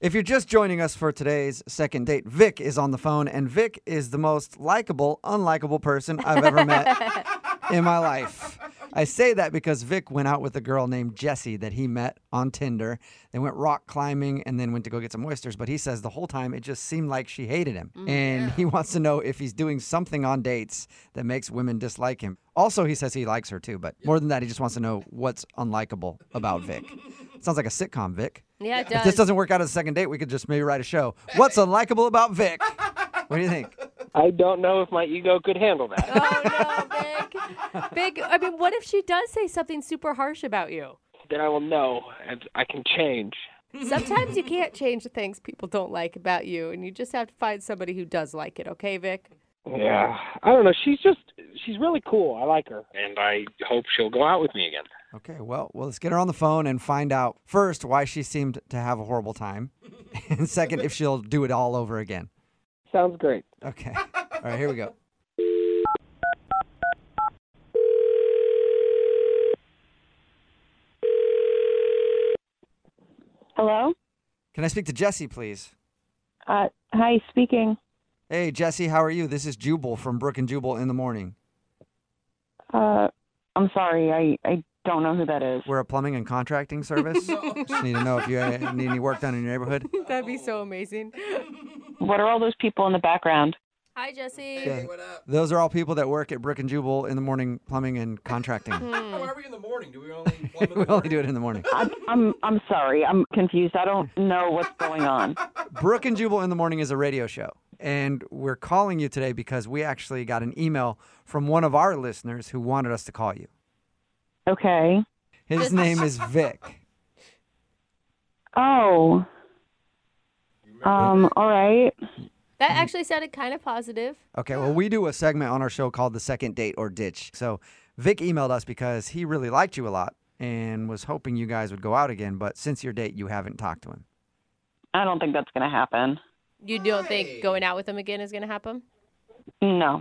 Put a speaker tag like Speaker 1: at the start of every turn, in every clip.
Speaker 1: If you're just joining us for today's second date, Vic is on the phone, and Vic is the most likable, unlikable person I've ever met in my life. I say that because Vic went out with a girl named Jessie that he met on Tinder. They went rock climbing and then went to go get some oysters, but he says the whole time it just seemed like she hated him. and he wants to know if he's doing something on dates that makes women dislike him. Also, he says he likes her too, but more than that, he just wants to know what's unlikable about Vic. Sounds like a sitcom, Vic.
Speaker 2: Yeah, it
Speaker 1: If this
Speaker 2: does.
Speaker 1: doesn't work out at the second date, we could just maybe write a show. What's unlikable about Vic? What do you think?
Speaker 3: I don't know if my ego could handle that.
Speaker 2: Oh no, big, big. I mean, what if she does say something super harsh about you?
Speaker 3: then I will know and I can change.
Speaker 2: Sometimes you can't change the things people don't like about you, and you just have to find somebody who does like it. Okay, Vic.
Speaker 3: Yeah. I don't know. She's just, she's really cool. I like her. And I hope she'll go out with me again.
Speaker 1: Okay, well, well, let's get her on the phone and find out first why she seemed to have a horrible time, and second if she'll do it all over again.
Speaker 3: Sounds great.
Speaker 1: Okay. All right, here we go.
Speaker 4: Hello?
Speaker 1: Can I speak to Jesse, please?
Speaker 4: Uh, hi, speaking.
Speaker 1: Hey, Jesse, how are you? This is Jubal from Brook and Jubal in the morning.
Speaker 4: Uh, I'm sorry, I, I don't know who that is.
Speaker 1: We're a plumbing and contracting service. Just need to know if you uh, need any work done in your neighborhood.
Speaker 2: That'd be so amazing.
Speaker 4: What are all those people in the background?
Speaker 2: Hi, Jesse.
Speaker 1: Yeah. Those are all people that work at Brook and Jubal in the morning, plumbing and contracting.
Speaker 5: Why are we in the morning? Do we only plumb in
Speaker 1: we
Speaker 5: the
Speaker 1: only
Speaker 5: morning?
Speaker 1: do it in the morning.
Speaker 4: I'm, I'm, I'm sorry, I'm confused. I don't know what's going on.
Speaker 1: Brooke and Jubal in the Morning is a radio show. And we're calling you today because we actually got an email from one of our listeners who wanted us to call you.
Speaker 4: Okay.
Speaker 1: His name is Vic.
Speaker 4: Oh. Um, all right.
Speaker 2: That actually sounded kind of positive.
Speaker 1: Okay, well, we do a segment on our show called The Second Date or Ditch. So Vic emailed us because he really liked you a lot and was hoping you guys would go out again. But since your date, you haven't talked to him.
Speaker 4: I don't think that's going to happen.
Speaker 2: You don't think going out with them again is gonna happen?
Speaker 4: No.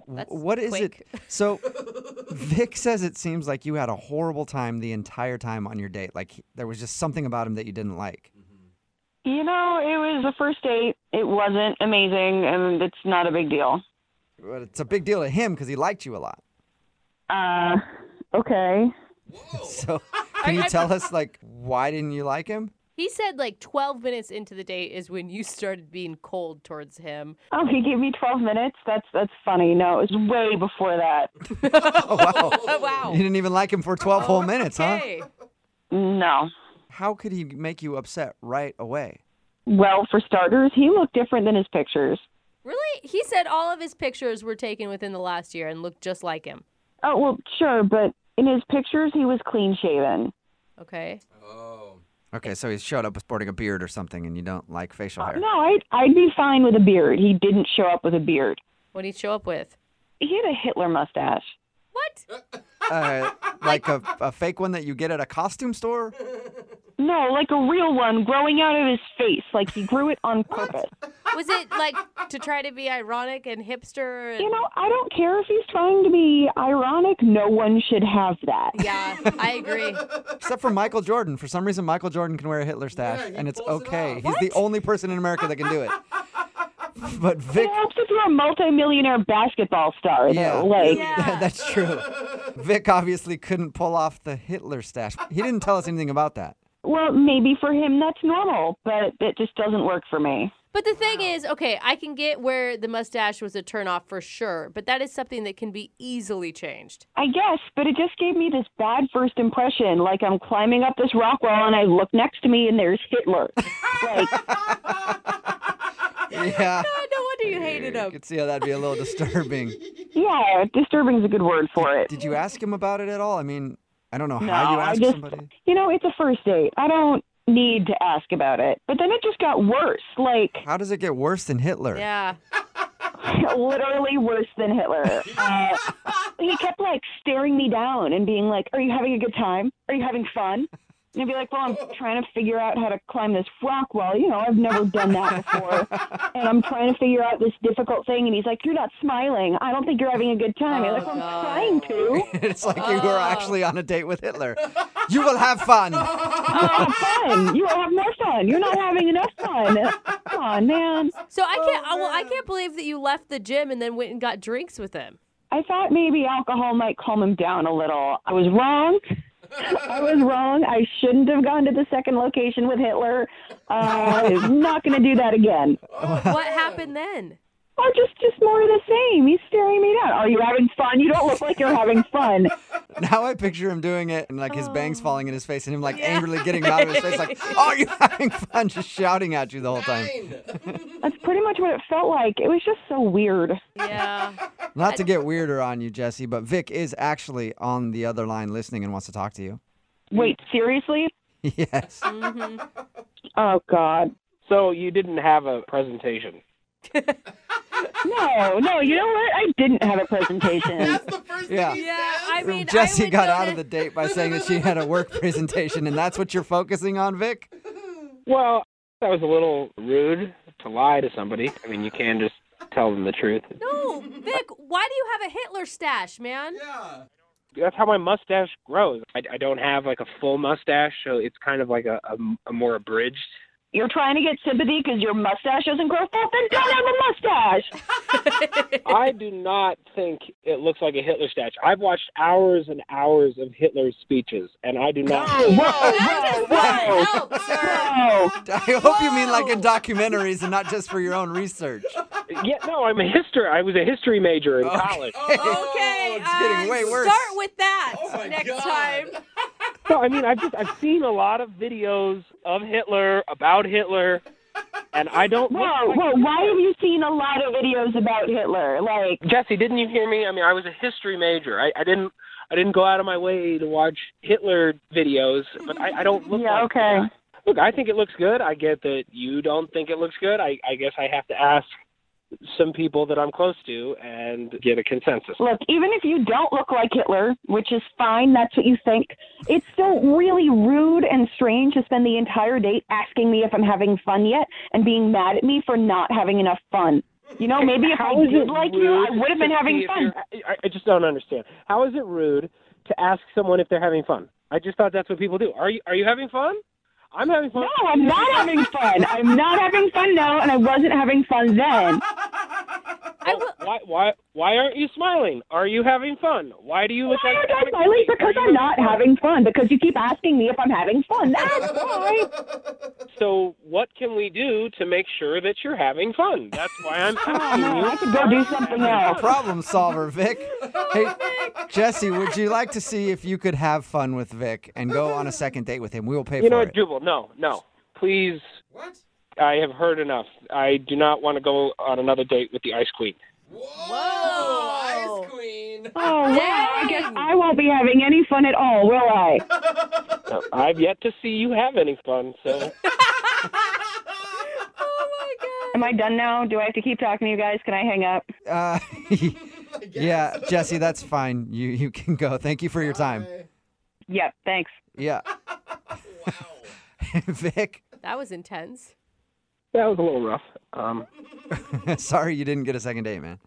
Speaker 1: W-
Speaker 2: That's
Speaker 1: what is
Speaker 2: quick.
Speaker 1: it? So Vic says it seems like you had a horrible time the entire time on your date. Like he- there was just something about him that you didn't like.
Speaker 4: You know, it was the first date. It wasn't amazing, and it's not a big deal.
Speaker 1: But it's a big deal to him because he liked you a lot.
Speaker 4: Uh, okay.
Speaker 1: So, can you tell us like why didn't you like him?
Speaker 2: He said like 12 minutes into the date is when you started being cold towards him.
Speaker 4: Oh, he gave me 12 minutes? That's, that's funny. No, it was way before that.
Speaker 1: Oh wow!
Speaker 2: wow.
Speaker 1: You didn't even like him for 12 whole minutes, huh?
Speaker 2: Oh, Okay.
Speaker 4: No.
Speaker 1: How could he make you upset right away?
Speaker 4: Well, for starters, he looked different than his pictures.
Speaker 2: Really? He said all of his pictures were taken within the last year and looked just like him.
Speaker 4: Oh, well, sure, but in his pictures, he was clean shaven.
Speaker 2: Okay.
Speaker 5: Oh.
Speaker 1: Okay, so he showed up sporting a beard or something, and you don't like facial
Speaker 2: Uh,
Speaker 1: hair.
Speaker 4: No, I'd, I'd be fine with a beard. He didn't show up with a beard.
Speaker 2: What did he show up with?
Speaker 4: He had a Hitler mustache.
Speaker 2: What?
Speaker 1: Uh, like a, a fake one that you get at a costume store.
Speaker 4: No, like a real one growing out of his face. Like he grew it on purpose.
Speaker 2: Was it like to try to be ironic and hipster? And...
Speaker 4: You know, I don't care if he's trying to be ironic. No one should have that.
Speaker 2: Yeah, I agree.
Speaker 1: Except for Michael Jordan. For some reason, Michael Jordan can wear a Hitler stash,
Speaker 5: he
Speaker 1: and it's
Speaker 5: pulls it
Speaker 1: okay.
Speaker 5: off.
Speaker 1: He's the only person in America that can do it. But Vic
Speaker 4: It helps if you're a multimillionaire basketball star, though.
Speaker 1: Yeah.
Speaker 4: Like,
Speaker 2: Yeah.
Speaker 1: That's true. Vic obviously couldn't pull off the Hitler stash. He didn't tell us anything about that.
Speaker 4: well, maybe for him that's normal, but it just doesn't work for me.
Speaker 2: But the thing is, okay, I can get where the mustache was a turnoff for sure, but that is something that can be easily changed.
Speaker 4: I guess, but it just gave me this bad first impression. Like I'm climbing up this rock wall and I look next to me and there's Hitler. like,
Speaker 1: Yeah.
Speaker 2: Ah, no wonder you hated
Speaker 1: You
Speaker 2: him.
Speaker 1: could see how that'd be a little disturbing.
Speaker 4: yeah, disturbing is a good word for it.
Speaker 1: Did you ask him about it at all? I mean, I don't know how you
Speaker 4: I
Speaker 1: ask
Speaker 4: just-
Speaker 1: somebody.
Speaker 4: You know, it's a first date. I don't need to ask about it. But then it just got worse, like
Speaker 1: How does it get worse than Hitler?
Speaker 2: Yeah.
Speaker 4: literally worse than Hitler. Uh, he kept like staring me down and being like, "Are you having a good time? Are you having fun?" And I'd be like, "Well, I'm trying to figure out how to climb this rock wall. You know, I've never done that before, and I'm trying to figure out this difficult thing." And he's like, "You're not smiling. I don't think you're having a good time." I'm
Speaker 2: Oh,
Speaker 4: like, "I'm
Speaker 2: God.
Speaker 4: trying to."
Speaker 1: it's like you
Speaker 5: Oh.
Speaker 1: were actually on a date with Hitler. You will have fun.
Speaker 4: You'll have fun. You will have more fun. You're not having enough fun. Come on, man.
Speaker 2: So I can't. I- well, I can't believe that you left the gym and then went and got drinks with him.
Speaker 4: I thought maybe alcohol might calm him down a little. I was wrong. I was wrong. I shouldn't have gone to the second location with Hitler. Uh, I'm not going to do that again.
Speaker 2: What happened then?
Speaker 4: Or just, just more of the same. He's staring me down. Are you having fun? You don't look like you're having fun.
Speaker 1: Now I picture him doing it and like his
Speaker 2: Oh.
Speaker 1: bangs falling in his face and him like angrily getting him out of his face, like, oh, you're having fun, just shouting at you the whole time.
Speaker 4: That's pretty much what it felt like. It was just so weird.
Speaker 2: Yeah.
Speaker 1: Not to get weirder on you, Jesse, but Vic is actually on the other line listening and wants to talk to you.
Speaker 4: Wait, seriously?
Speaker 1: Yes.
Speaker 2: Mm.
Speaker 4: Oh, God.
Speaker 3: So you didn't have a presentation.
Speaker 4: No, no, you know what? I didn't have a presentation.
Speaker 5: That's the first
Speaker 1: Yeah.
Speaker 5: thing he
Speaker 2: Yeah. I
Speaker 5: says.
Speaker 2: mean, I
Speaker 1: Jesse
Speaker 2: would
Speaker 1: got
Speaker 2: go
Speaker 1: out
Speaker 2: to-
Speaker 1: of the date by saying that she had a work presentation, and that's what you're focusing on, Vic?
Speaker 3: Well, that was a little rude to lie to somebody. I mean, you can just tell them the truth.
Speaker 2: No, Vic. Why do you have a Hitler stash, man?
Speaker 5: yeah.
Speaker 3: That's how my mustache grows. I, I don't have like a full mustache, so it's kind of like a, a, a more abridged.
Speaker 4: You're trying to get sympathy because your mustache doesn't grow full? Then don't have a mustache.
Speaker 3: I do not think it looks like a Hitler statue. I've watched hours and hours of Hitler's speeches, and I do not.
Speaker 4: Whoa, whoa, whoa,
Speaker 2: No, sir.
Speaker 4: whoa.
Speaker 1: I hope you mean like in documentaries and not just for your own research.
Speaker 3: Yeah, no, I'm a history. I was a history major in college.
Speaker 2: Okay.
Speaker 1: it's getting
Speaker 2: uh,
Speaker 1: way worse.
Speaker 2: Start with that
Speaker 5: Oh my
Speaker 2: next
Speaker 5: God.
Speaker 2: time.
Speaker 3: No, I mean, I've just I've seen a lot of videos of Hitler about Hitler, and I don't. look
Speaker 4: Whoa,
Speaker 3: like-
Speaker 4: whoa, why have you seen a lot of videos about Hitler? Like,
Speaker 3: Jesse, didn't you hear me? I mean, I was a history major. I, I didn't. I didn't go out of my way to watch Hitler videos, but I, I don't look
Speaker 4: yeah,
Speaker 3: like
Speaker 4: okay.
Speaker 3: Look, I think it looks good. I get that you don't think it looks good. I, I guess I have to ask some people that I'm close to and get a consensus.
Speaker 4: Look, even if you don't look like Hitler, which is fine, that's what you think, it's still really rude and strange to spend the entire date asking me if I'm having fun yet and being mad at me for not having enough fun. You know, maybe if I
Speaker 3: How is
Speaker 4: did
Speaker 3: it
Speaker 4: like you, I
Speaker 3: rude
Speaker 4: would have been
Speaker 3: to see
Speaker 4: having
Speaker 3: if
Speaker 4: fun.
Speaker 3: you're- I, I just don't understand. How is it rude to ask someone if they're having fun? I just thought that's what people do. Are you Are you having fun? I'm having fun.
Speaker 4: No, I'm not having fun. I'm not having fun now, and I wasn't having fun then.
Speaker 2: I will.
Speaker 3: Why Why Why aren't you smiling? Are you having fun? Why do you look
Speaker 4: Why
Speaker 3: like
Speaker 4: aren't
Speaker 3: you're
Speaker 4: I
Speaker 3: having
Speaker 4: smiling?
Speaker 3: fun?
Speaker 4: Because
Speaker 3: Are you
Speaker 4: I'm not having fun. Because you keep asking me if I'm having fun. That's why.
Speaker 3: So what can we do to make sure that you're having fun? That's why I'm
Speaker 4: Oh,
Speaker 3: asking
Speaker 4: man,
Speaker 3: you.
Speaker 4: I could go do something else.
Speaker 1: Problem solver, Vic. Hey, Jesse, would you like to see if you could have fun with Vic and go on a second date with him? We will pay
Speaker 3: You know
Speaker 1: for
Speaker 3: what,
Speaker 1: it.
Speaker 3: Jubal? No, no. Please,
Speaker 5: What?
Speaker 3: I have heard enough. I do not want to go on another date with the Ice Queen.
Speaker 5: Whoa!
Speaker 2: Whoa.
Speaker 5: Ice queen.
Speaker 4: Oh, wow. I guess
Speaker 2: Dang.
Speaker 4: I won't be having any fun at all, will I?
Speaker 3: Uh, I've yet to see you have any fun, so
Speaker 2: Oh my God.
Speaker 4: Am I done now? Do I have to keep talking to you guys? Can I hang up?
Speaker 1: Uh, yeah, Jesse, that's fine. You you can go. Thank you for your time.
Speaker 4: Yep, thanks.
Speaker 1: Yeah. Vic,
Speaker 2: That was intense.
Speaker 3: that was a little rough. Um,
Speaker 1: sorry you didn't get a second date, man.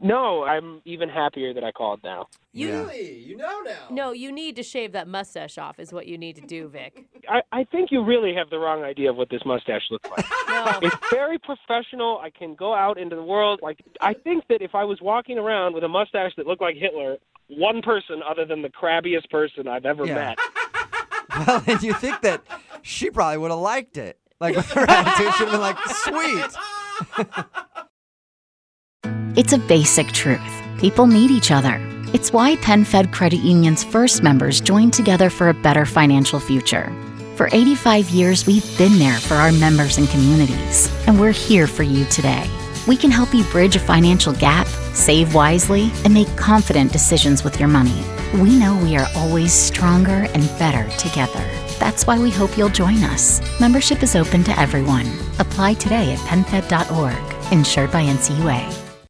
Speaker 3: no, I'm even happier that I called now.
Speaker 2: You
Speaker 1: Yeah.
Speaker 5: Really? You know now.
Speaker 2: no, you need to shave that mustache off. Is what you need to do, Vic.
Speaker 3: I, I think you really have the wrong idea of what this mustache looks like.
Speaker 2: No.
Speaker 3: it's very professional. I can go out into the world. Like I think that if I was walking around with a mustache that looked like Hitler, one person other than the crabbiest person I've ever
Speaker 1: Yeah.
Speaker 3: met.
Speaker 1: Well, and you think that she probably would have liked it. Like, with her attitude should have been like, sweet.
Speaker 6: It's a basic truth. People need each other. It's why PenFed Credit Union's first members joined together for a better financial future. For 85 years, we've been there for our members and communities, and we're here for you today. We can help you bridge a financial gap, save wisely, and make confident decisions with your money. We know we are always stronger and better together. That's why we hope you'll join us. Membership is open to everyone. Apply today at penfed.org, insured by NCUA.